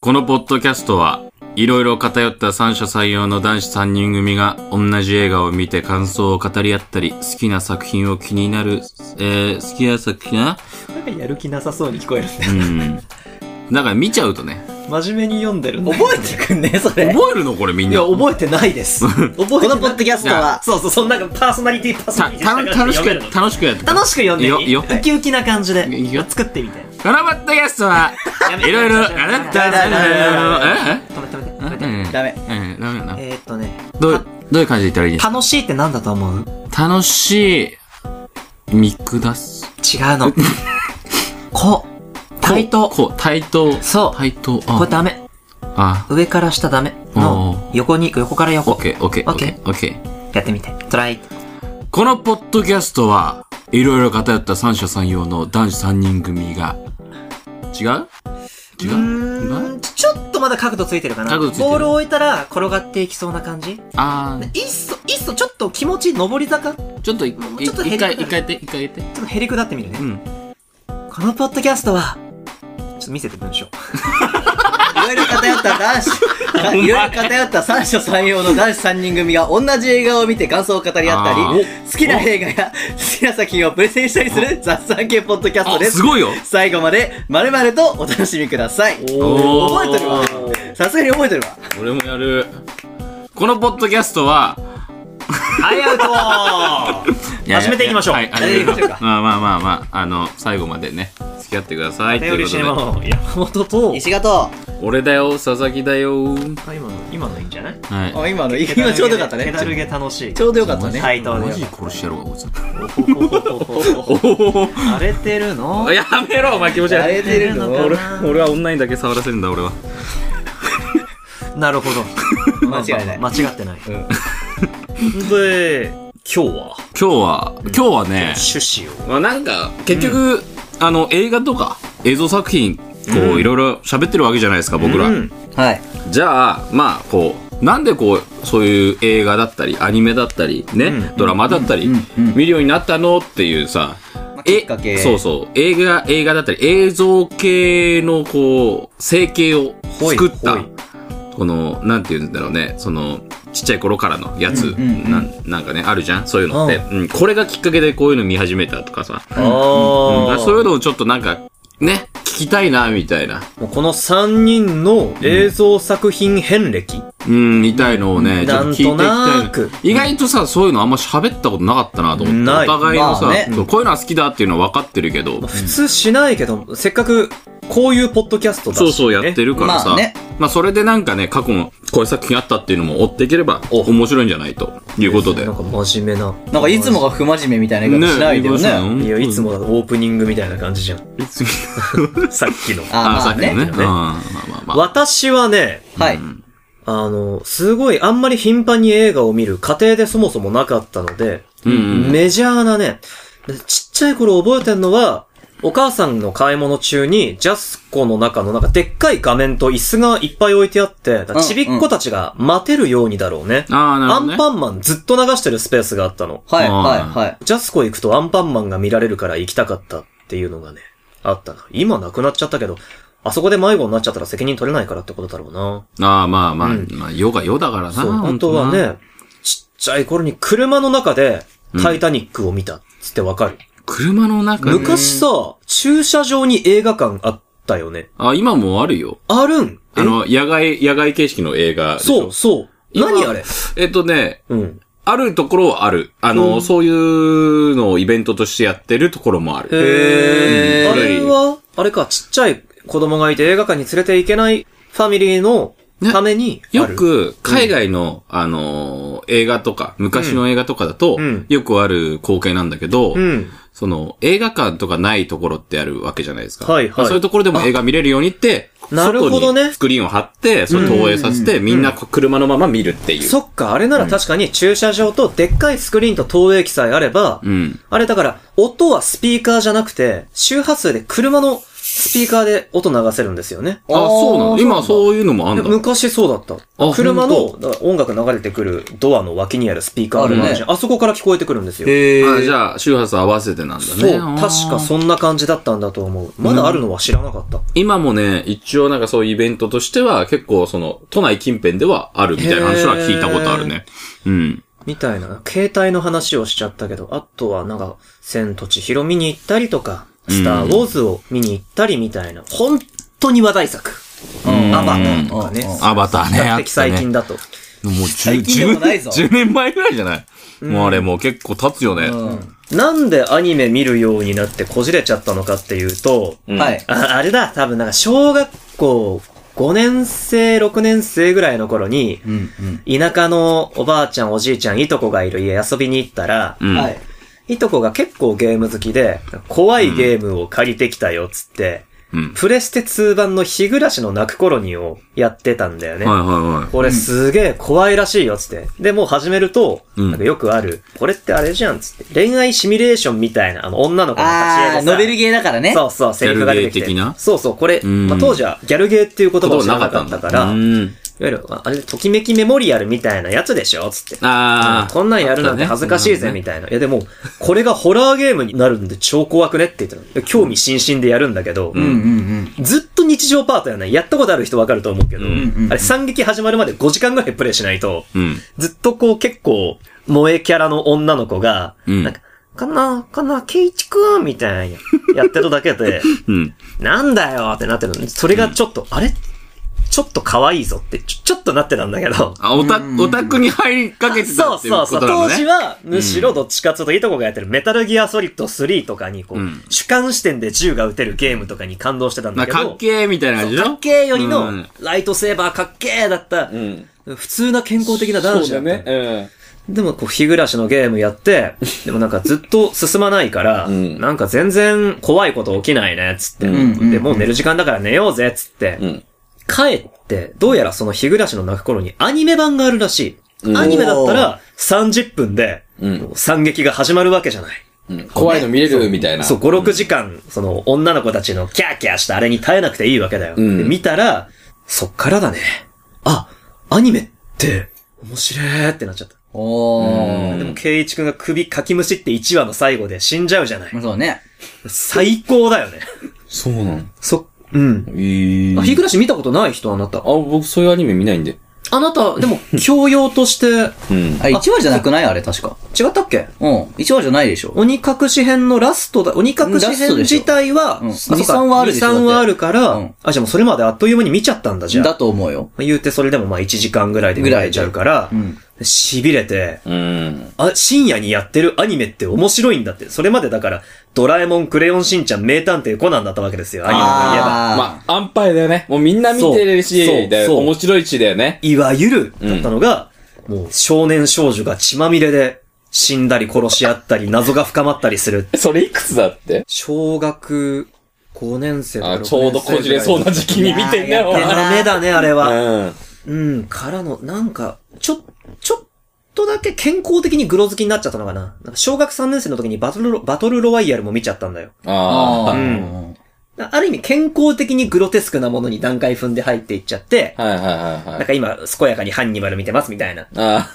このポッドキャストは、いろいろ偏った三者採用の男子3人組が同じ映画を見て感想を語り合ったり、好きな作品を気になる、えー、好きな作品ななんかやる気なさそうに聞こえるん だうよ。ん。だから見ちゃうとね。真面目に読んでるんだよ覚えてくんね、それ。覚えるのこれみんいなや、。覚えてないです。覚えてない。このポッドキャストは、そうそう、そんなパーソナリティパーソナた、リティた、楽しくや、楽し楽しくやって。く楽しく読んでよ、いいよ。ウキウキな感じでいいよ。作ってみて。このポッドキャストは、いろいろ、あなた、だめだめえ止めて止めてえ止めて。えダメ。えダメだな。えーっとね、どう、どういう感じで言ったらいいですか楽しいってなんだと思う違う楽しい、見下す。の。こ、対等。こう、対等。そう対等。こあ、れダメ。あ、上から下ダメ。のお、横に、横からオ横ッ。ケー、オッケー、オオッッケケーー、オッケー。やってみて。トライ。このポッドキャストは、いろいろ偏った三者三様の男子三人組が、違う違うう違ー、うんちょっとまだ角度ついてるかな。角度ついてるボールを置いたら転がっていきそうな感じあいっそ、いっそ、ちょっと気持ち上り坂ちょー、ちょっとい、いもうちょっと減一り方回、一回やって、一回やって。っとへりくだってみるね。うん。このポッドキャストは、ちょっと見せて文章。いろいろ偏った男子、いろいろ偏った三者三様の男子三人組が同じ映画を見て感想を語り合あったり、ー好きな映画や好きな作品をプレゼンしたりする雑談系ポッドキャストあ、ですす。ごいよ最後まで、まるまるとお楽しみください。おー覚えてるわ。さすがに覚えてるわ。俺もやる。このポッドキャストは、はい、アウトやや始めていきましょうはい、始めていきましょう。まあまあまあまあ、あの、最後までね、付き合ってください。と頼いりうことしでいもの、山本と、石形。俺だよ、佐々木だよ。あ今の、今のいいんじゃないはい。あ、今の、今ちょうどよかったペね。ダルゲ楽 しいち。ょうどよかったね。対等マでジよで殺してやろう、こいつ。 荒れてるのやめろ、お前気持ち悪い。慣れてるの俺俺はオンラインだけ触らせるんだ、俺は。なるほど。間違いないまあまあ間違ってない。で、今日は、今日は、今日はね、趣旨を。まあなんか、結局、あの、映画とか、映像作品、こうんう、いろいろ喋ってるわけじゃないですか、僕ら。うんはい。じゃあまあこうなんでこうそういう映画だったりアニメだったりね、うんドラマだったり、うんうんうん見るようになったのっていうさ、あえきっかけそうそう映画映画だったり映像系のこう生計を作っほたいこのなんて言うんだろうねそのちっちゃい頃からのやつ、うんうんうんなんなんかねあるじゃんそういうのって、うん、これがきっかけでこういうの見始めたとかさ、うんああ、そういうのをちょっとなんかね聞きたいなみたいなもうこの3人の映像作品遍歴、うん、みたいのをね、ちょっと聞いていきなたんいとなくの。意外とさ、そういうのあんま喋ったことなかったなと思って。ないお互いのさ、まあねそうこういうのは好きだっていうのは分かってるけど、普通しないけど、せっかくこういうポッドキャストだし、そうそうやってる。るからさ、ままああねそれでなんかね、過去のこういう作品あったっていうのも追っていければ面白いんじゃないということで。なんか真面目な。なんかいつもが不真面目みたいな言い方しないでもね。あいや、いつも。もだとオープニングみたいな感じじゃん。いつもさっきの。ーあ、まさ あっきのね。ね。うんまあまあまあ。私はね、はい。あの、すごい、あんまり頻繁に映画を見る過程でそもそもなかったので、うんうんメジャーなね、でちっちゃい頃覚えてんのは、お母さんの買い物中に、ジャスコの中のなんかでっかい画面と椅子がいっぱい置いてあって、だからちびっ子たちが待てるようにだろうね。ああ、なるアほど、ね。ンパンマンずっと流してるスペースがあったの。はい、うんはい、はい。ジャスコ行くとアンパンマンが見られるから行きたかったっていうのがね、あったな。今なくなっちゃったけど、あそこで迷子になっちゃったら責任取れないからってことだろうな。ああ、まあまあ、うんまあ、世が世だからな。そう。あ本と当はな。ね、ちっちゃい頃に車の中で、タイタニックを見たっつってわかる。車の中で、昔さ、駐車場に映画館あったよね。あ、今もあるよ。あるんあの、野外、野外形式の映画えでしそょ。う、そう。今何あれえっとね、うん。あるところはある。あの、そういうのをイベントとしてやってるところもある。へーあれは、あれか、ちっちゃい子供がいて映画館に連れて行けないファミリーのために、よある、く、海外の、あのー映画とか、昔の映画とかだと、うんよくある光景なんだけど、うん。その、映画館とかないところってあるわけじゃないですか。はいはいまあそういうところでも映画見れるようにって、なるほどね外にスクリーンを貼って、それ投影させて、みんなこう車のまま見るっていう。そっか、あれなら確かに駐車場とでっかいスクリーンと投影機さえあれば、うん。あれだから、音はスピーカーじゃなくて、周波数で車のスピーカーで音流せるんですよね。あ、そうなの今う。そういうのもあんだ。昔そうだっあた。車ほんのだから音楽流れてくるドアの脇にあるスピーカーあるのねあ,、あそこから聞こえてくるんですよ。へあえ。じあ。ゃあ、周波数合わせてなんだね。そう、あー確かそんな感じだったんだと思う。まだあるのは知らなかった。今もね、一応なんかそういうイベントとしては、結構その、都内近辺ではあるみたいな話は聞いたことあるね。うん。みたいな。携帯の話をしちゃったけど、あとはなんか、千と千尋見に行ったりとか、スターウォーズを見に行ったりみたいな。本当に話題作。うんアバターとかね。アバターね。比較あっ的た最ね。近だと。もう最近でもないぞ10年前ぐらいじゃない、もうあれもう結構経つよね。なんでアニメ見るようになってこじれちゃったのかっていうと、うんはい。ああれだ、多分なんか小学校5年生、6年生ぐらいの頃に、うん、うん。田舎のおばあちゃん、おじいちゃん、いとこがいる家遊びに行ったら、うん。はい。いとこが結構ゲーム好きで、怖いゲームを借りてきたよっつって、うん。プレステ2版の日暮らしの泣く頃にをやってたんだよね。はいはいはい。これすげえ怖いらしいよっつって。で、もう始めると、うんなんかよくある、これってあれじゃんっつって。恋愛シミュレーションみたいな、あの女の子の立ちあ絵ー、でさノベルゲーだからね。そうそう、セリフが出てきギャルゲーて的な。そうそう、これ、うんまあ、当時はギャルゲーっていう言葉ことをは知らなかなったかんっただかうら、いわん。ゆる、ああれ、ときめきメモリアルみたいなやつでしょつって。ああ。こんなんやるなんて恥ずかしいぜ、みたたいな。いや、でも、これがホラーゲームになるんで超怖くねって言ってたの。興味津々でやるんだけど、うん、うん、ずっと日常パートやね。やったことある人わかると思うけど、うんうんうんあれ、惨劇始まるまで5時間ぐらいプレイしないと、いなね。ずっとこう結構、萌えキャラの女の子が、うんなんか、かな、かな、ケイチくんみたいな、やってるだ けで、うん。うん。なんだよってなってるのにそれがちょっと、あれちょっと可愛いぞってちょ、ちょっとなってたんだけど。あ、オタうんうん、うんオタクに入りかけてそたうっていうこそうそとう。なの当ね。時は、むしろどっちかっつうといとこがやってるメタルギアソリッド3とかに、こう、うん主観視点で銃が撃てるゲームとかに感動してたんだなけかっど、けーみたいなそ感うじでしかょっけーよりうのん、ライトセーバーかっけーだった、うん。普通な健康的な男子だった。ね。でも、こう、日暮らしのゲームやって、でもなんかずっと進まないから、うんなんか全然怖いこと起きないね、つって。うんうんで、もう寝る時間だから寝ようぜ、つって。うん。帰って、どうやらその日暮らしの泣く頃にアニメ版があるらしい。アニメだったら30分で、うんもう惨劇が始まるわけじゃない。うん。怖いの見れるみたいな。そう、5、6時間、その女の子たちのキャーキャーしたあれに耐えなくていいわけだよ。うんで見たら、そっからだね。あ、アニメって、面白いってなっちゃった。おうんでも、ー。ケイイチくんが首かきむしって1話の最後で死んじゃうじゃない。そうね。最高だよね。そうなの。そ、うん。ええあ、日暮らし見たことない人あなた。僕そういうアニメ見ないんで。あなた、でも、教養として、うん。あ、1話じゃなくないあれ、確か。違ったっけうん。1話じゃないでしょ。鬼隠し編のラストだ、鬼隠し編自体は、ラストあでしょそうんうか23はあるでしょ23はあるから、うんあ、じゃあもうそれまであっという間に見ちゃったんだ、じゃあ。だと思うよ。まあ言うてそれでもまあ1時間ぐらいで見られちゃうからぐらいで、痺れて、うん。あ、深夜にやってるアニメって面白いんだって。それまでだから、ドラえもん、クレヨンしんちゃん、名探偵コナンだったわけですよ、アニメといえば。あまあ、安牌だよね。もうみんな見てるそうそし、うだよそう面白いしだよね。いわゆる、だったのが、もう少年少女が血まみれで死んだり殺し合ったり、謎が深まったりする。それいくつだって小学5年生とかあちょうどこじれそうな時期に見てんだよ、いお目やーや前。っだね、だね、あれは。うん。うん、からの、なんか、ちょ、ちょっとだけ健康的にグロ好きになっちゃったのかな。なんか小学3年生の時にバトルロ、バトルロワイヤルも見ちゃったんだよ。あーーうんある意味健康的にグロテスクなものに段階踏んで入っていっちゃって、はいはいはいはなんい。か今、健やかにハンニバル見てますみたいな。あ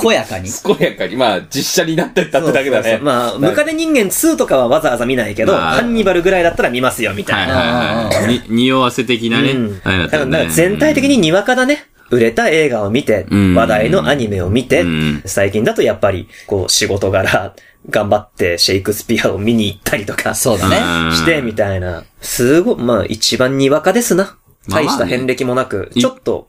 健やかに。あ、健やかに、まあ、実写になってったってだけだそうそうね。そうまあ、ムカデ人間2とかはわざわざ見ないけど、まあハンニバルぐらいだったら見ますよ、みたはいいな。はいはい。に、匂わせ的なね。うんあれだだったかよらねなんか全体的ににわかだね。売れた映画を見て、うん話題のアニメを見て、うん最近だとやっぱり、こう、仕事柄、頑張ってシェイクスピアを見に行ったりとか、そうだね。うんして、みたいな。すごい、まあ、一番にわかですな。まあ大した遍歴もなく、いちょっと、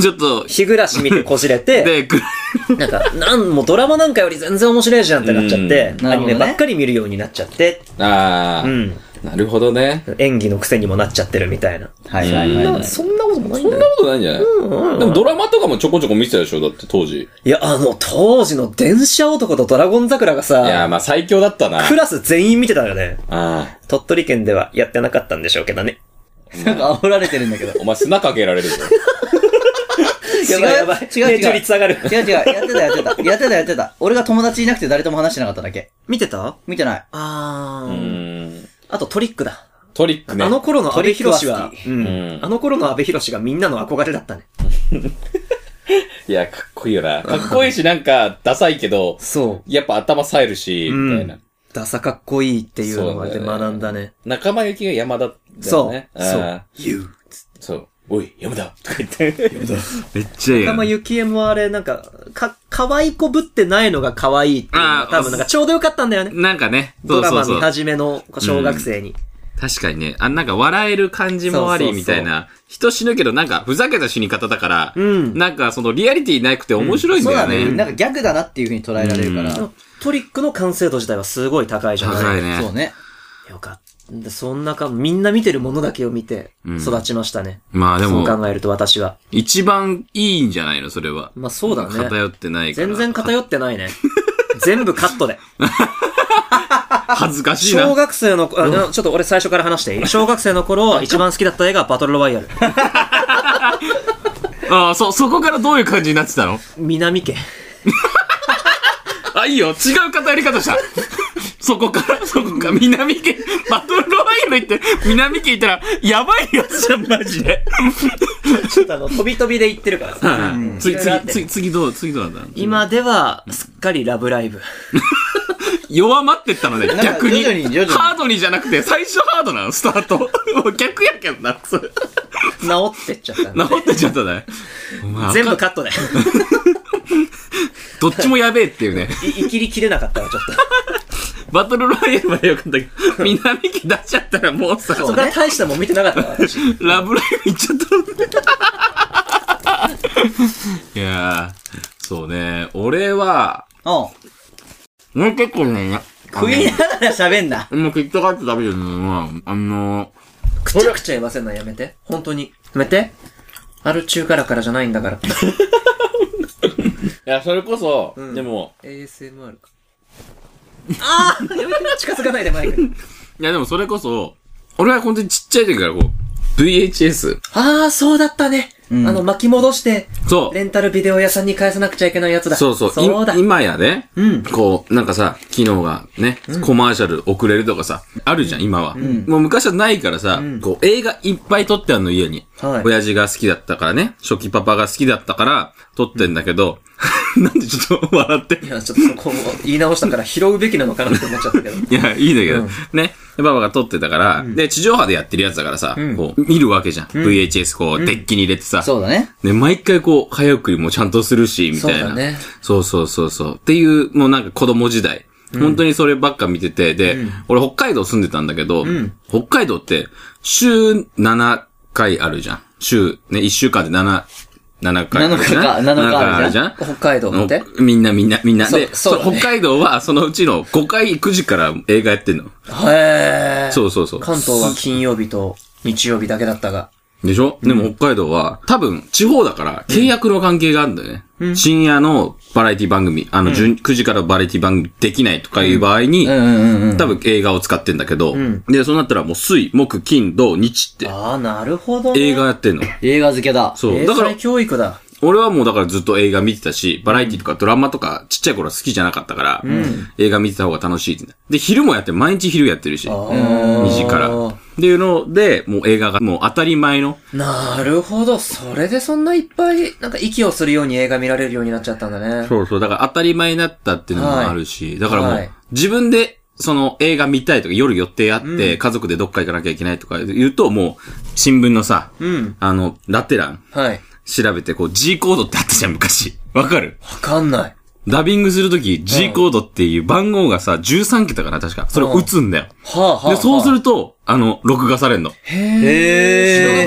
ちょっと、日暮らし 見てこじれて、で、くらなんか、なん、もうドラマなんかより全然面白いじゃんってなっちゃって、うんアニメなるほどねばっかり見るようになっちゃって、ああ、うん。なるほどね。演技の癖にもなっちゃってるみたいな。はいはいはいはい。そんなこともないそんんだよなことないんじゃない、うんうんでもドラマとかもちょこちょこ見てたでしょだって当時。いいや、あの、当時の電車男とドラゴン桜がやー、さ、まあ最強だったな。クラス全員見てたよね。あ鳥取県ではやってなかったんでしょうけどね。なんか煽られてるんだけどあ。。お前砂かけられる ぞ。違う違う違う熱中率上がる。違う違う、やってたやってた。やってたやってた。俺が友達いなくて誰とも話してなかっただけ。見てた見てない。あうーー。ん。あとトリックだ。トリックね。あの頃の安倍博士はトリッ、ううんん。あの頃の安倍博士がみんなの憧れだったね。いや、かっこいいよな。かっこいいし、なんか、ダサいけど、そやっぱ頭冴えるし、う。みたういな。ん。ダサかっこいいっていうのがでそうだよね学んだね。仲間由紀が山田だよそうね。。そあうー。 You. そう。おい、山田とか言って。めっちゃいいたまゆきえもあれ、なんか、か、可愛いこぶってないのが可愛いっていうのあがー多分なんかちょうどよかったんだよね。なんかね、そドうラそうマそ見う。始めの小学生に。確かにね。あ、なんか笑える感じもあり、そうそうそうみたいな。人死ぬけど、なんか、ふざけた死に方だから、うんなんか、その、リアリティなくて面白いんそうだだよね。ね。なんかギャグだなっていう風に捉えられるから。うトリックの完成度自体はすごい高いじゃない高いね。そうね。よかった。でそんなか、みんな見てるものだけを見て、うん育ちましたね。まあでそうも、考えると私は。一番いいんじゃないの、それは。まあそうだね。偏ってないから。全然偏ってないね。 全部カットで。恥ずか しい小な。学生の、あなちょっと俺最初から話していい小学生の頃、一番好きだった映画はバトルロワイヤル。ああ、そ、そこからどういう感じになってたの南家。あ、いいよ。違う偏り方した。 そこから、そこから、南家、バトルロワイヤル行って、南家行ったら、やばいやつじゃん、マジで。ちょっとあの、飛び飛びで言ってるか らさ。次、いろいろあ次、って次、次どう、次どうなんだ今では、すっかりラブラ イブ。弱まってったので、んか逆に。徐々に徐々にハードにじゃなくて、最初ハードなの、スタート。 もう逆やけどな、それ。治ってっちゃったんだ治ってちゃったね。まあ全部カット で。どっちもやべえっていうね。い生きりきれなかったわ、ちょっと。バトルロワイヤルはよかったけど、南家出しちゃったらもうさ、そんな大したもん見てなかったわ、私。ラブライブ行っちゃった。いやー、そうね。俺は、うん。俺結構ね、食いながら喋んな。もうきっと買って食べるのは、あのくちゃくちゃ言わせんのやめて。本当に。やめて。ある中からからじゃないんだから。いや、それこそ、うんでも、 ASMR か。ああやめて近づかないで、マイク。いやでもそれこそ、俺は本当にちっちゃい時からこう、VHS。ああ、そうだったね。うんあの、巻き戻して、そう。レンタルビデオ屋さんに返さなくちゃいけないやつだ。そうそう。そうだい。今やね、うんこう、なんかさ、機能がね、コマーシャル遅れるとかさ、あるじゃん、今は。もう昔はないからさ、こう、映画いっぱい撮ってあんの、家に。はい親父が好きだったからね、初期パパが好きだったから、撮ってんだけど、 なんでちょっと笑っていや、ちょっとそこを言い直したから拾うべきなのかなって思っちゃったけど。いや、いいんだけど、ね。でパパが撮ってたから、で、地上波でやってるやつだからさ、こう、見るわけじゃん。VHS、こう、デッキに入れてさ、 そうだね。ね、毎回こう、早送りもちゃんとするし、みたいそうな。だねそうそうそうそう。っていう、もうなんか子供時代。本当にそればっか見てて、で、俺北海道住んでたんだけど、北海道って、週7回あるじゃん。週、ね、1週間で7、7回あるじゃん。 7日か7日あるじゃん7北海道って。のみんなみんなみんな。そうで、そうだそねう北海道はそのうちの5回9時から映画やってんの。へえ。そうそうそう。関東は金曜日と日曜日だけだったが。でしょ、でも北海道は、多分、地方だから、契約の関係があるんだよね。深夜のバラエティ番組、あの、順9時からバラエティ番組できないとかいう場合に、うんうんうん。多分映画を使ってんだけど、で、そうなったらもう水、木、金、土、日ってああ、なるほどね。映画やってんの。映画付けだ。そう。英だから才、教育だ。俺はもうだからずっと映画見てたし、バラエティとかドラマとかちっちゃい頃は好きじゃなかったから、映画見てた方が楽しいって。で、昼もやってる、毎日昼やってるし、 2 2時から。っていうので、もう映画がもう当たり前の、なるほど。それでそんないっぱい、なんか息をするように映画見られるようになっちゃったんだね。そうそう。だから当たり前になったっていうのもあるし、だからもはうい、自分で、その映画見たいとか、夜予定あって、家族でどっか行かなきゃいけないとか言うと、もう、新聞のさ、うん。あの、ラテランはい。わ調べて、こう、G コードってあったじゃん、昔。 わかるかんない。ダビングするとき、G コードっていう番号がさ、13桁かな、確か。それを打つんだよ。はあはあ、はで、あ。そうすると、あの、録画されんの。へへ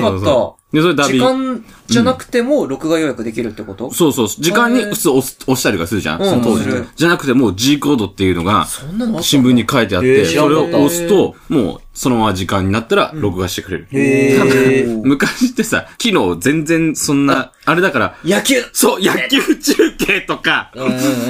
ー。知らなー。そうそかうで、それった。ダビ時ン間じゃなくても録画予約できるってことそうそう。時間にへー普通押す押したりとかするじゃん、うんその当時する。じゃなくて、もう G コードっていうのが、そんなのあった新聞に書いてあって、えー知らそんれかをった押すと、もうそのまま時間になったら録画してくれる。へー。昔ってさ、機能全然そんな、あれだから、野球そう、野球中継とか、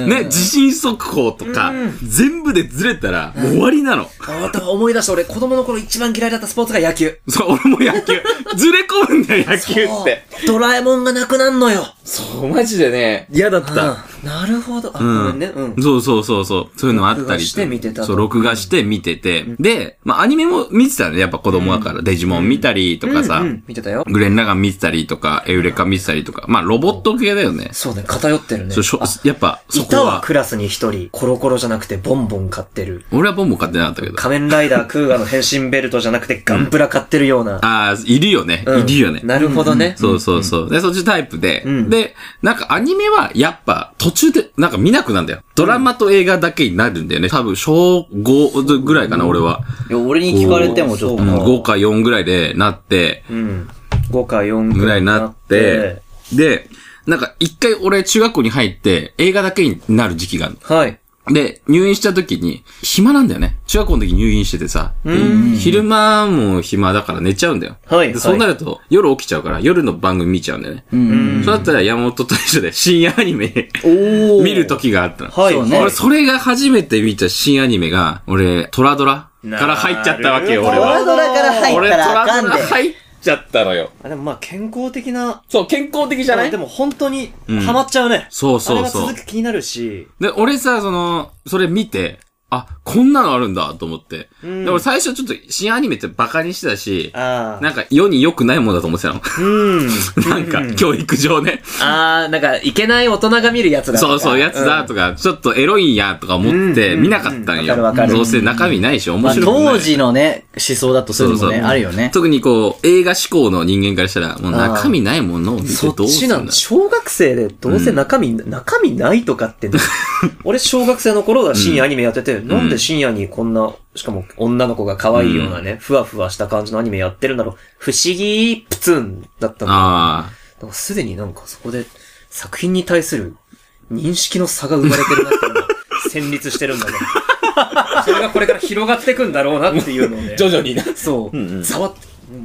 ね、地震速報とか、全部でずれたら、もう終わりなの。あだから思い出した俺、子供の頃一番嫌いだったスポーツが野球。そう、俺も野球、ずれ込むんだよ、野球って。ドラえもんがなくなんのよ。そう、マジでね、嫌だっうんた。なるほど。あ、うんごめんね。うん。そうそうそうそう。そういうのあった録画り。して見てたとそう、録画して見てて。で、まあアニメも見てたね。やっぱ子供だから。デジモン見たりとかさ。うんうん見てたよ。グレン・ラガン見てたりとか、エウレカ見てたりとか。まあロボット系だよね。そうね、偏ってるね。そうしょあやっぱ、そいこたはは。クラスに一人、コロコロじゃなくてボンボン買ってる。俺はボンボン買ってなかったけど。仮面ライダークーガの変身ベルトじゃなくてガンプラ買ってるような。ああ、いるよね。うんいるよね。なるほどね。そうそうそう。で、そっちタイプで、うんで、なんかアニメはやっぱ途中でなんか見なくなんだよ。ドラマと映画だけになるんだよね。多分小5ぐらいかな、俺は。いや、俺に聞かれてもちょっうと。ん、5か4ぐらいでなって、うん。5か4ぐらいになって、、で、なんか一回俺中学校に入って映画だけになる時期があるのはい。で、入院した時に、暇なんだよね。中学校の時入院しててさ、で昼間も暇だから寝ちゃうんだよ。はいでそうなると、夜起きちゃうから、夜の番組見ちゃうんだよね。そうだったら山本大将で深夜アニメお見る時があったの。はい。そうね俺、それが初めて見た新アニメが、俺、トラドラから入っちゃったわけよ、な俺るほは。どドラから入俺、っトたらあかラんドでラ。入っちゃったのよ。あでもまあ健康的な、そう、健康的じゃないでも本当にハマっちゃうね。そうあれそうがそう続。く気になるし、で、俺さ、その、それ見て、あ、こんなのあるんだと思って。うんで、俺最初ちょっと新アニメってバカにしてたし、ああ。なんか世に良くないもんだと思ってたの。 うん。なんうか、ん教育上ね。あー、なんか、いけない大人が見るやつだとかそうそう、やつだんとか、ちょっとエロいんやとか思ってうん見なかったんよ。うんわかるわかるどうせ中身ないし、面まあ白くない。当時のね、思想だとそういうのもね、あるよね。特にこう、映画志向の人間からしたら、もう中身ないものを見てそどうっすちんだなろうの小学生でどうせ中身、中身ないとかって、 俺小学生の頃は深夜アニメやってて、なんで深夜にこんな、しかも女の子が可愛いようなね、ふわふわした感じのアニメやってるんだろう。不思議プツンだったんだあなんかすでになんかそこで作品に対する認識の差が生まれてるなっていうのが戦慄して るんだね。それがこれから広がっていくんだろうなっていうの をねあ。。徐々にな。そう。ざわっ、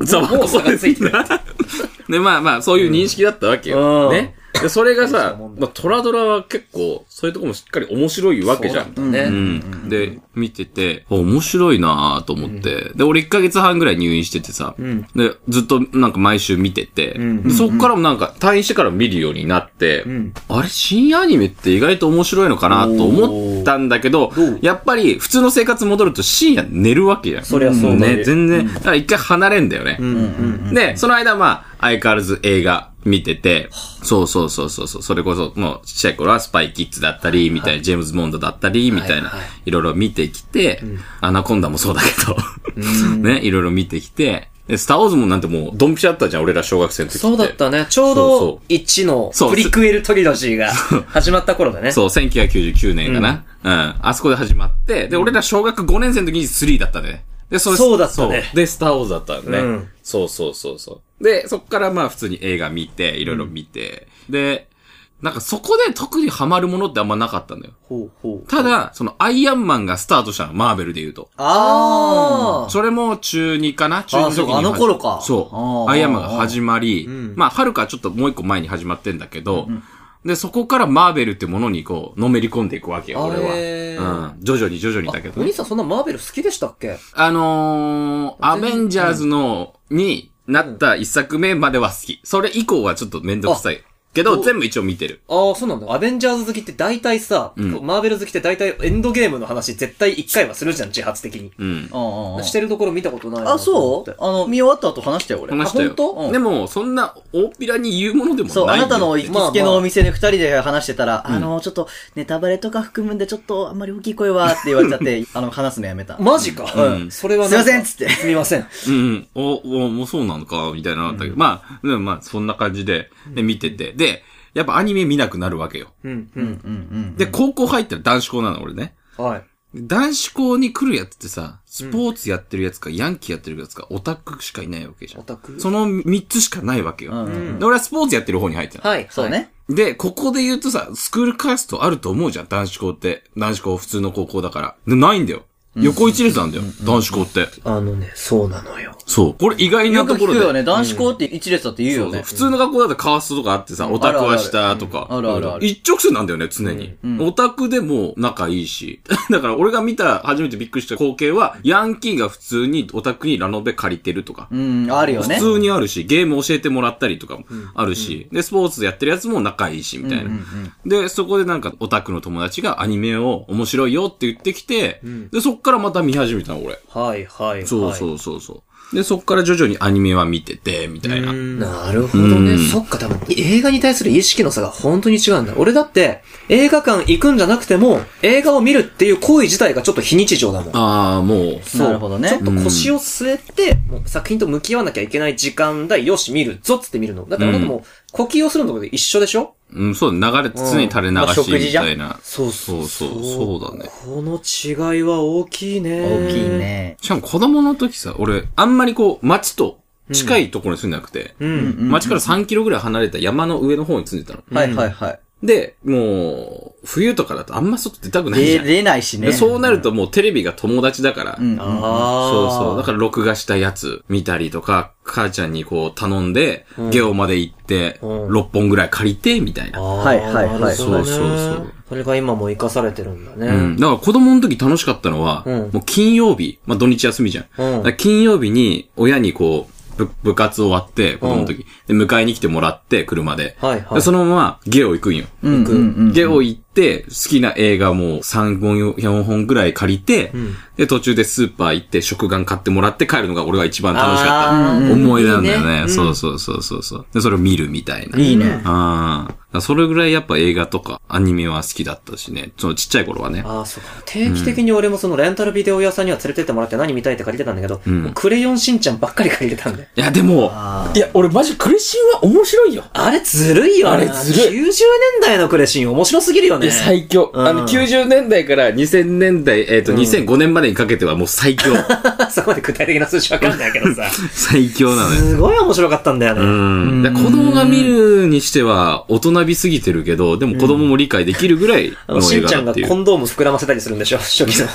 ざわっもう差がついてる。 で、まあまあ、そういう認識だったわけうんうよ。んね。で、それがさ そういうもん、だまあ、トラドラは結構、そういうとこもしっかり面白いわけじゃん。そうだうねん。で、見てて、あ面白いなぁと思って。で、俺1ヶ月半ぐらい入院しててさ。んで、ずっとなんか毎週見てて。んでそっからもなんか退院してから見るようになって。んあれ、深夜アニメって意外と面白いのかなと思ったんだけど、やっぱり普通の生活戻ると深夜寝るわけじゃん。そりゃそうだねね。全然、だから一回離れんだよね。うんうん。で、その間、まあ、相変わらず映画見てて、そうそうそうそうそう、それこそ、もう、ちっちゃい頃はスパイキッズだったり、みたいな、ジェームズ・ボンドだったり、みたいな、いろいろ見てきて、アナコンダもそうだけど、 ね、いろいろ見てきて、で、スター・ウォーズもなんてもう、ドンピシャだったじゃん、俺ら小学生の時って。そうだっ。たね。ちょそううどそ、 1のそうプリクエルトリロジーが始まった頃だね。そう、1999年かな。うん。あそこで始まって、で、俺ら小学5年生の時に3だったね。で、それそうだったねそうで、スターウォーズだったね。うんそうそうそうそう。で、そっからまあ普通に映画見て、いろいろ見て、で、なんかそこで特にハマるものってあんまなかったんだよ。ほうほう。ただ、そのアイアンマンがスタートしたの、マーベルで言うと。あー。それも中2かな中2の時にあそうかあの頃かそあう。ーアイアンマンが始まり、んまあ、はるかはちょっともう一個前に始まってんだけど、で、そこからマーベルってものにこう、のめり込んでいくわけよ、あ俺へは。うん。徐々に徐々にだけおどね兄。さんそんなマーベル好きでしたっけあのー、アベンジャーズの、になった一作目までは好き。それ以降はちょっとめんどくさい。けど、全部一応見てる。ああ、そうなんだ。アベンジャーズ好きって大体さ、うんこうマーベル好きって大体エンドゲームの話絶対一回はするじゃん、自発的に。うん。うんうんうんしてるところ見たことないなあ、そとう思ってあの、見終わった後話したよ、俺。話したよあ本当うんでも、そんな大っぴらに言うものでもないんだそよ。う、あなたの行きつけのお店で二人で話してたら、んあの、ちょっと、ネタバレとか含むんで、ちょっと、あんまり大きい声は、って言われちゃって、あの、話すのやめた。マジか。うんそれはなんかすいませんっつってすみません。うんうん。お、お、もうそうなのか、みたいなのあったけど。まあ、でもまあ、そんな感じで、で、見てて。で、やっぱアニメ見なくなるわけよ。うん、ううんうんん。うん。で、高校入ったら男子校なの、俺ね。はい。男子校に来るやつってさ、スポーツやってるやつか、ヤンキーやってるやつか、オタクしかいないわけじゃオん。タクその3つしかないわけよ。うんうんうんで俺はスポーツやってる方に入ってたのはい。そう。ね。で、ここで言うとさ、スクールカーストあると思うじゃん、男子校って。男子校、普通の高校だから。でないんだよ。横一列なんだよ、男子校って。あのね、そうなのよ。そう。これ意外なよとくこ聞ろくで。よね。男子校って一列だって言うそようそうね。普通の学校だとカーストとかあってさ、オタクは下とか。あるあるある一直線なんだよね、常に。オタクでも仲いいし。 だから俺が見た、初めてびっくりした光景は、ヤンキーが普通にオタクにラノベ借りてるとか。うん、あるよね。普通にあるし、ゲーム教えてもらったりとかもあるし、で、スポーツやってるやつも仲いいし、みたいな、で、そこでなんかオタクの友達がアニメを面白いよって言ってきて、で、そっからまた見始めたの、俺。はいはいはい。そうそうそうそう。で、そっから徐々にアニメは見てて、みたいな。ななるほどうね。んそっか、多分、映画に対する意識の差が本当に違うんだ。俺だって、映画館行くんじゃなくても、映画を見るっていう行為自体がちょっと非日常だもん。ああ、もう。そうなるほどねちょっと腰を据えて、もう作品と向き合わなきゃいけない時間だ。よし、見るぞっつって見るの。だって俺なんかもう、呼吸をするのと一緒でしょうん、そう、流れ、常に垂れ流まあし食事みじゃんたいな。そうそうそう、そうだね。この違いは大きいね。大きい。ね。しかも子供の時さ、俺、あんまりこう、街と近いところに住んでなくて、うん。街から3キロぐらい離れた山の上の方に住んでたの。はいはいはい。で、もう、冬とかだとあんま外出たくないじ出ゃん。れないしね。でそうなるともうテレビが友達だから、うん。うん。ああ。そうそう。だから録画したやつ見たりとか、母ちゃんにこう頼んで、ゲオまで行って、うん6本ぐらい借りて、みたいな。はいはいはいそうそうそう。それが今も生かされてるんだね。うん。だから子供の時楽しかったのは、うんもう金曜日、まあ土日休みじゃん。うんだから金曜日に親にこう、部部活終わって、子供の時、で、迎えに来てもらって、車で。はいはいでそのまま、ゲオ行くんよ。うんうんゲオ行って、好きな映画も3本、4本ぐらい借りて、で、途中でスーパー行って食玩買ってもらって帰るのが俺は一番楽しかあったー思い出なんだよいいね。ねうんそうそうそうそうそう。で、それを見るみたいな。いいね。ああ。だからそれぐらいやっぱ映画とかアニメは好きだったしね。そのちっちゃい頃はね。ああ、そうか。定期的に俺もそのレンタルビデオ屋さんには連れてってもらって何見たいって借りてたんだけど、んもうクレヨンしんちゃんばっかり借りてたんだよ。いや、でも、あいや、俺マジクレシンは面白いよ。あれずるいよね。あれずる90年代のクレシン面白すぎるよいねや、。最強。んあの、 90年代から2000年代、えっ、と、2005年までにかけてはもう最 強。 そこまで具体的な数字わかんないけどさ。最強なのよ。すごい面白かったんだよね。うん。だから子供が見るにしては、大人びすぎてるけど、でも子供も理解できるぐらいあのの、し映んちゃ画だんがっていう。コンドーム膨らませたりするんでしょ初期の。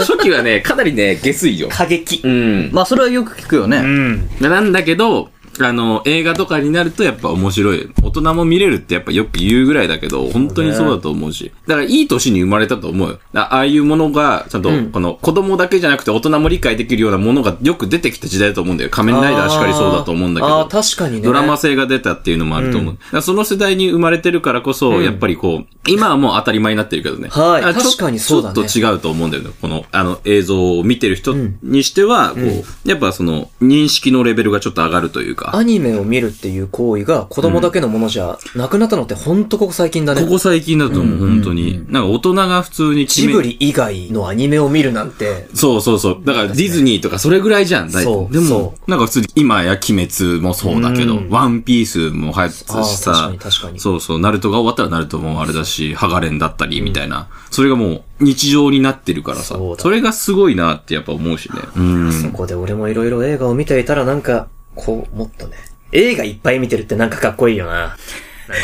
初期はね、かなりね、下水よ。過激。 うん。まあ、それはよく聞くようね。ん。なんだけど、あの、映画とかになるとやっぱ面白い。大人も見れるってやっぱよく言うぐらいだけど、本当にそうだと思うし。だからいい年に生まれたと思うよ。あああいうものが、ちゃんと、この子供だけじゃなくて大人も理解できるようなものがよく出てきた時代だと思うんだよ。仮面ライダーしかりそうだと思うんだけど。ああ、確かにね。ドラマ性が出たっていうのもあると思う。だからその世代に生まれてるからこそ、やっぱりこう、今はもう当たり前になってるけどね。はいあちょ確かにそうだねちょっと違うと思うんだよね。この、あの、映像を見てる人にしては、こう、やっぱその、認識のレベルがちょっと上がるというか。アニメを見るっていう行為が子供だけのものじゃなくなったのってほんとここ最近だね。ここ最近だと思う、本当に。なんか大人が普通に決ジめブリ以外のアニメを見るなんて、そうそうそう。だからディズニーとかそれぐらいじゃん、大体そうでもそ、なんか普通に今や鬼滅もそうだけど、うんワンピースも流行ってたしあーさ確かに確かにそうそう、ナルトが終わったらナルトもあれだし、ハガレンだったりみたいな、それがもう日常になってるからさ、そうそだれがすごいなってやっぱ思うしね。うん。そこで俺もいろいろ映画を見ていたらなんか、こう、もっとね。映画いっぱい見てるってなんかかっこいいよな。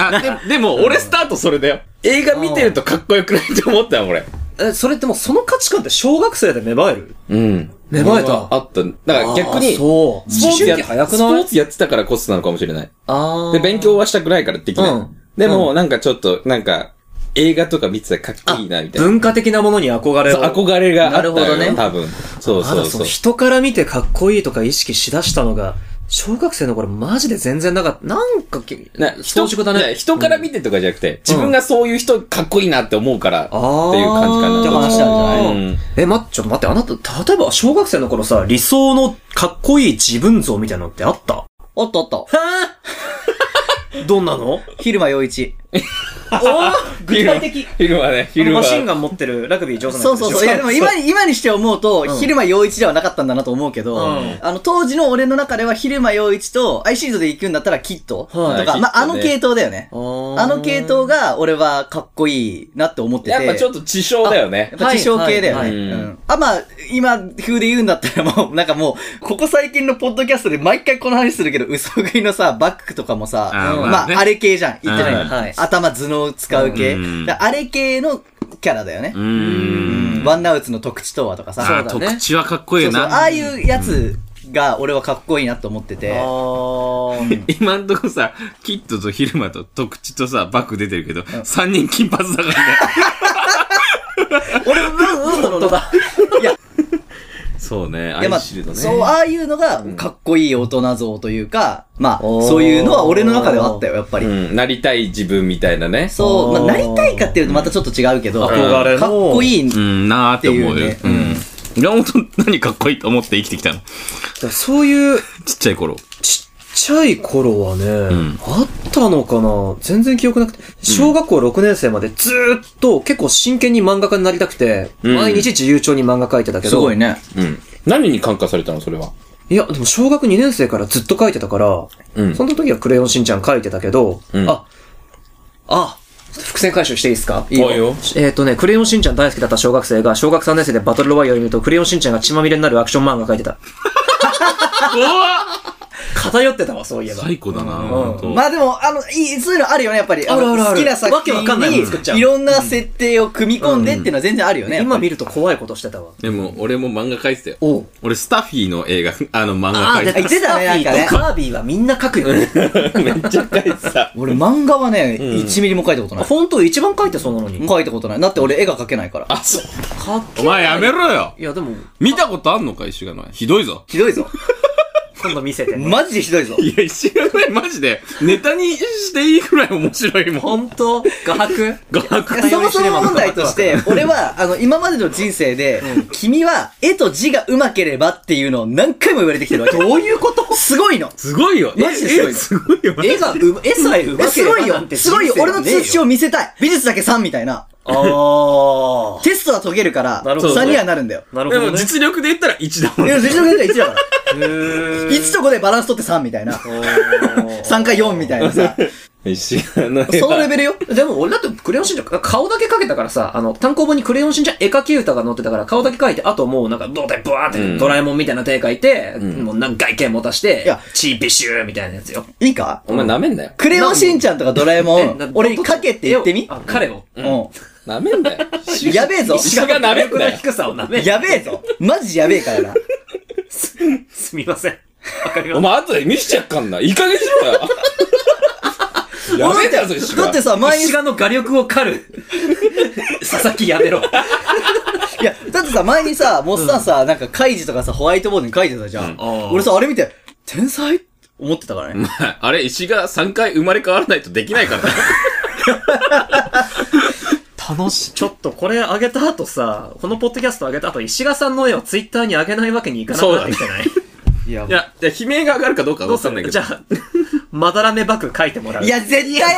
あ、で でも俺スタートそれだよ。映画見てるとかっこよくないと思ったよ、俺。え、それってもうその価値観って小学生で芽生えるうん。芽生えた。あった。だから逆に、あそう。スポーツや思春期早くスポなーいツやってたからこそなのかもしれない。あーで、勉強はしたくないからできない。うんでも、なんかちょっと、なんか、映画とか見てたらかっこいいな、みたいな。文化的なものに憧れそうを。憧れがあったよなるほどね多分。そうまそだうそそのう。人から見てかっこいいとか意識しだしたのが、小学生の頃マジで全然なかった。なんかけ、な人熟だいやね。人から見てとかじゃなくて、自分がそういう人かっこいいなって思うから、っていうあー感じかな。って話なんじゃないうんえ、ま、ちょっと待って、あなた、例えば小学生の頃さ、理想のかっこいい自分像みたいなのってあったおっとおっと。 どんなの昼間陽一。お具体的。昼はね、あの昼はマ。シンガン持ってるラグビー上手なそやうつでしそょうそう。いや、でも今に、今にして思うと、昼間陽一ではなかったんだなと思うけど、んあの、当時の俺の中では昼間陽一と、アイシールドで行くんだったらキットとか、はいまあ、キッドあのね系統だよね。ああの系統が俺はかっこいいなって思ってて。やっぱちょっと地消だよねやっ。ぱ自称系だよはいね。はいはいうんあ、まあ、今風で言うんだったらもう、なん かもう、ここ最近のポッドキャストで毎回この話するけど、嘘食いのさ、バックとかもさ、あーまあ、まあねあれ系じゃん。言ってない、はいはい頭頭脳使う系。うんだからあれ系のキャラだよねう。ーん。ワンナウツの特徴とはとかさ。あー、特地はかっこいいそうよそうな。ああいうやつが俺はかっこいいなと思ってて。 ー。今んとこさ、キッドとヒルマと特地とさ、バック出てるけど、三人金髪だからね。俺、うん、うんだろう な。そうね、アいやまイあシールドね。そう、ああいうのが、かっこいい大人像というか、まあ、おーそういうのは俺の中ではあったよ、やっぱり。うん、なりたい自分みたいなね。そう、まあ、おーなりたいかっていうとまたちょっと違うけど、憧れのかっこいい。うん、なーって思うよ。ってう。いうん山本、何かっこいいと思って生きてきたのそういう、ちっちゃい頃。ちっちゃい頃はね、んあったのかな全然記憶なくて。小学校6年生までずーっと結構真剣に漫画家になりたくて、うん毎日自由帳に漫画描いてたけど、ね。うん。何に感化されたのそれは。いや、でも小学2年生からずっと描いてたから、うんその時はクレヨンしんちゃん描いてたけど、うんあ、あ、ちょっと伏線回収していいですかいいよえっ、とね、クレヨンしんちゃん大好きだった小学生が、小学3年生でバトルロワイヤルに見ると、クレヨンしんちゃんが血まみれになるアクション漫画描いてた。 偏ってたわ、そういえば。最高だなうん本当まあでも、あの、いい、そういうのあるよね、やっぱり。あるあるあるの好きなわ作けわかんないもん作っちゃ品うに、いろんな設定を組み込んでっていうのは全然あるよね。今見る。ると怖いことしてたわ。でも、俺も漫画描いてたよ。おう俺、スタッフィーの映画、 あの漫画ああ、描出いてた。出たねなスタんッフィかねーとカービィはみんな書くよね。 た。めっちゃ描いてた。俺漫画はね、1ミリも書いたことない。フォント一番書いてそうなのに。書いたことない。だって俺絵が描けないから。あ、そう。かっけお前やめろよいや、でも、見たことあんのか石がない。ひどいぞ。ひどいぞ。今度見せて。マジでひどいぞ。いや、石がないマジで、ネタにしていいくらい面白いもん。本当画伯画伯いやそもそも問題として、俺は、あの、今までの人生で、君は絵と字が上手ければっていうのを何回も言われてきてるわけ。どういうことすごいの。すごいよ。マジですごいよ。絵がうま、絵さえ上手けすればごいなんよて。すごいよ。人生俺はのねえよ通知を見せたい。美術だけ3みたいな。あテストは解けるから、なるほどね3にはなるんだよ。あ。なるほでどもね。実力で言ったら1だもいん。や、実力で1だから。へー1と5でバランス取って3みたいな。3か4みたいなさ。石がないそのレベルよ。でも俺だってクレヨンしんちゃん、顔だけ描けたからさ、あの、単行本にクレヨンしんちゃん絵描き歌が載ってたから、顔だけ描いて、あともうなんか、胴体ブワーっうんてドラえもんみたいな手描いて、んもうなんか外見持たして、いやチーピシューみたいなやつよ。いいかお前舐めんなよ。クレヨンしんちゃんとかドラえも、えなん俺にかけて言ってみあ、彼を。うん。舐めんなよ。やべえぞ。石が舐めん僕なのよ。低さを舐め、 やべえぞ。マジやべえからな。すみません。わかりおま前後で見せちゃっかんな。いい加減にしろよ。 やめてよ、それ。だってさ、前す。に、石い賀の画力を狩る。 佐々木やめろ。や、だってさ、前にさ、モッサンさ、なんか、カイジとかさ、ホワイトボードに書いてたじゃん。あー俺さ、あれ見て、天才って思ってたからね。あれ、石が3回生まれ変わらないとできないからね。楽しい。ちょっとこれ上げた後さ、このポッドキャスト上げた後、石賀さんの絵をツイッターに上げないわけにいかなくなってきてない。いやい、や、いや悲鳴が上がるかどうかはどう分かすんないるけど。じゃあ、まだらめばく書いてもらう。い、や、絶対やだ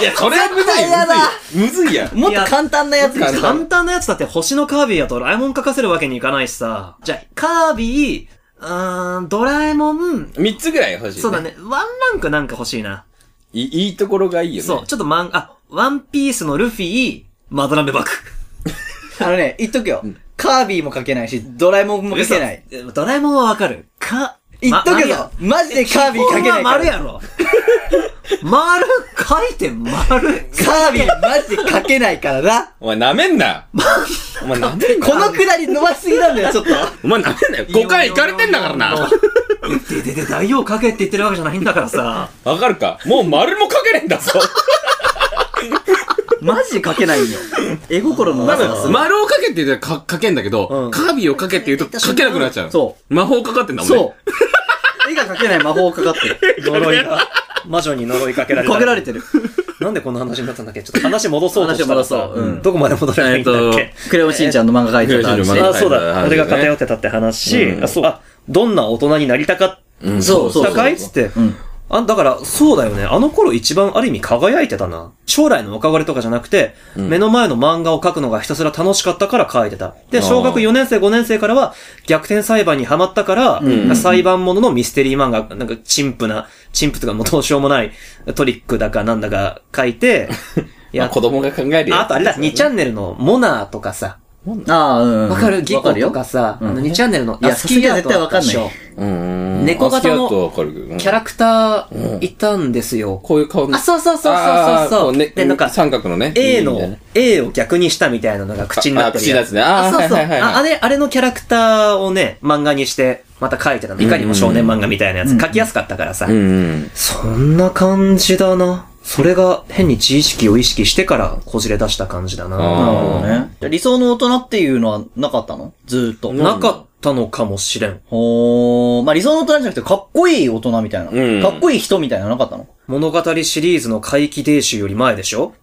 いや、それはむずい絶対やだ、むずい。むずいやん。ーもっと簡単なやつかな。簡単なやつだって星のカービィやドラえもん書かせるわけにいかないしさ。じゃあ、カービィ、うーん、ドラえもん、 3つぐらい欲しい、そうだ。ね、ワンランクなんか欲しいな。いいいいところがいいよね。そう、ちょっとマン、あ、ワンピースのルフィ、まだらめばく。あのね、言っとくよ。カービィも書けないし、ドラえもんも書けない。嘘。ドラえもんはわかる。か、言っとくけまど、マジでカービィ書けない基本はか丸ら。や ろ。丸、書いて丸。カービィマジで書けないからな。お前舐めん な。お前舐めんな。このくだり伸ばしすぎなんだよ、ちょっと。お前舐めんなよ。5回行かれてんだ からな。。ででで、大王書けって言ってるわけじゃないんだからさ。わかるかもう丸もかけねえんだぞ。マジで書けないよ。絵心のな多さがす分、ごい。丸をかけって言ったらかかけんだけど、うんカービィをかけって言うとかけなくなっちゃう。。そう魔法かかってんだもんね。そう。絵が描けない魔法かかってる。呪いが。魔女に呪いかけられた。かけられてる。なんでこんな話になったんだっけちょっと話戻そうとしたらさ話戻そううんどこまで戻らないんだっ け、クレヨンしんちゃんの漫画描いてたクレヨンしんちゃんの漫画あ、そうだ。はい俺が偏ってたって話。あ、そう。あ、どんな大人になりたかっうんそうそうたかいっつって。あ、だから、そうだよね。あの頃一番ある意味輝いてたな。将来の憧れとかじゃなくて、目の前の漫画を描くのがひたすら楽しかったから描いてた。で、小学4年生、5年生からは、逆転裁判にハマったから、裁判もののミステリー漫画、なんか、陳腐な、陳腐とかもうどうしようもないトリックだかなんだか書いて、まあ子供が考えるよ。あとあれだ、2チャンネルのモナーとかさ、ああ、うん。わかるギわかコるよと。かさ、うんあの2チャンネルの、いや好きじゃ絶対わかんないいや好きだとうん猫型のアスキアートはわかるけどうん私キャラクターいたんですよ。こういう顔のあ、そうそうそうそうそうあーこそう。ねで、なんか、三角のね。 A みたいのな、 A を逆にしたみたいなのが口になっあてるあ口のややつ。つね。ああ、あ、そうそう。はいはいはいああれ、あれのキャラクターをね、漫画にして、また書いてたの。いかにも少年漫画みたいなやつ、書きやすかったからさ。うんうん。そんな感じだな。それが変に自意識を意識してからこじれ出した感じだあな。ーなるほどね。じゃあ理想の大人っていうのはなかったのずーっと。なかったのかもしれん。ほー。まあ理想の大人じゃなくて、かっこいい大人みたいな。うんかっこいい人みたいなのなかったの物語シリーズの回帰デーシュより前でしょ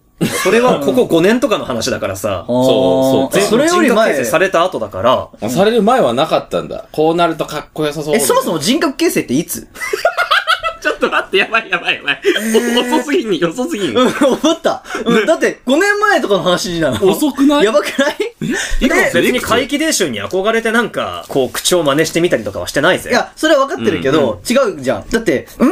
それはここ5年とかの話だから さ。そうそうあーそれより人格形前成。された後だから、あされる前はなかったんだ。こうなるとかっこよさそう。え、そもそも人格形成っていつ ちょっと待って、やばいやばいやばい。遅すぎんに、遅すぎん。うん、思った。うん、だって5年前とかの話なの。遅くないやばくないいくつ別いにくつ回帰デーシュに憧れてなんか、こう口を真似してみたりとかはしてないぜ。いや、それは分かってるけど、違うじゃん。だって、ん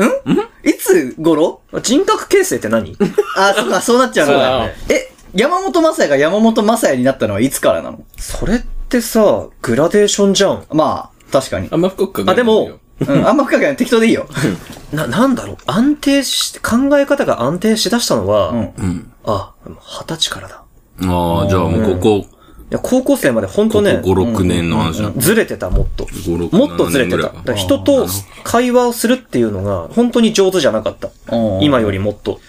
んいつ頃人格形成って何あ、そっか、そうなっちゃうそうだよねのえ、山本雅也が山本雅也になったのはいつからなのそれってさ、グラデーションじゃん。まあ、確かにあ。んま深く考えないあでもうん、あんま深くない。適当でいいよ。な、なんだろう、安定し、考え方が安定しだしたのは、うん。うん。あ、二十歳からだ。ああ、じゃあもうここ、いや、高校生まで本こ当こね5、、6年の話だ。ずれてた、もっと。 5、6もっとずれてた。だから人と会話をするっていうのが、本当に上手じゃなかった。うん今よりもっと。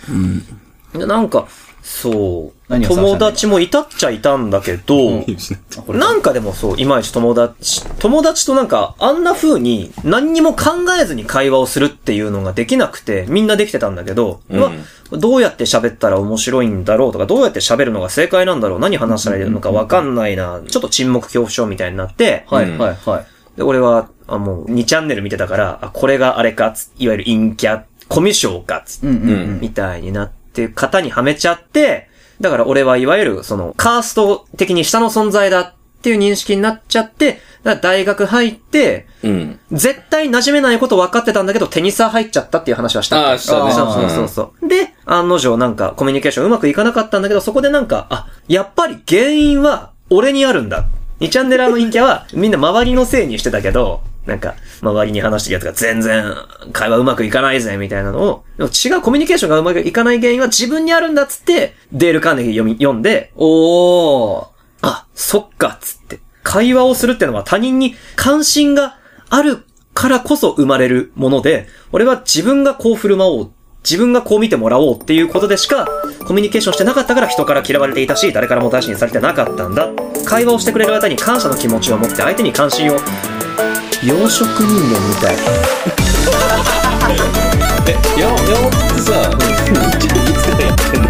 うん。でなんか、そう、何を探したんだ友達もいたっちゃいたんだけど、なんかでもそう、いまいち友達、友達となんか、あんな風に何にも考えずに会話をするっていうのができなくて、みんなできてたんだけど、ううんわどうやって喋ったら面白いんだろうとか、どうやって喋るのが正解なんだろう、何話したらいいのかわかんないな、ちょっと沈黙恐怖症みたいになって、はい、うんはい、はい。で俺は、あ、もう2チャンネル見てたから、あ、これがあれか、ついわゆる陰キャ、コミュ障か、つうん、うん、うん。みたいになって、型にはめちゃって、だから俺はいわゆる、その、カースト的に下の存在だっていう認識になっちゃって、だから大学入って、嗯 うん。絶対馴染めないこと分かってたんだけど、テニサー入っちゃったっていう話はしたっけああしたねそうそうそうそう。で、案の定なんかコミュニケーションうまくいかなかったんだけど、そこでなんか、あ、やっぱり原因は俺にあるんだ。2チャンネルの陰キャはみんな周りのせいにしてたけど、なんか、周りに話してるやつが全然会話うまくいかないぜ、みたいなのを、でも違うコミュニケーションがうまくいかない原因は自分にあるんだっつって、デール・カーネギー読み、読んで、おー。あ、そっか、つって。会話をするってのは他人に関心があるからこそ生まれるもので、俺は自分がこう振る舞おう。自分がこう見てもらおうっていうことでしかコミュニケーションしてなかったから人から嫌われていたし、誰からも大事にされてなかったんだ。会話をしてくれる方に感謝の気持ちを持って相手に関心を。養殖人間みたい。え、や、やおってさ、いつからやってんの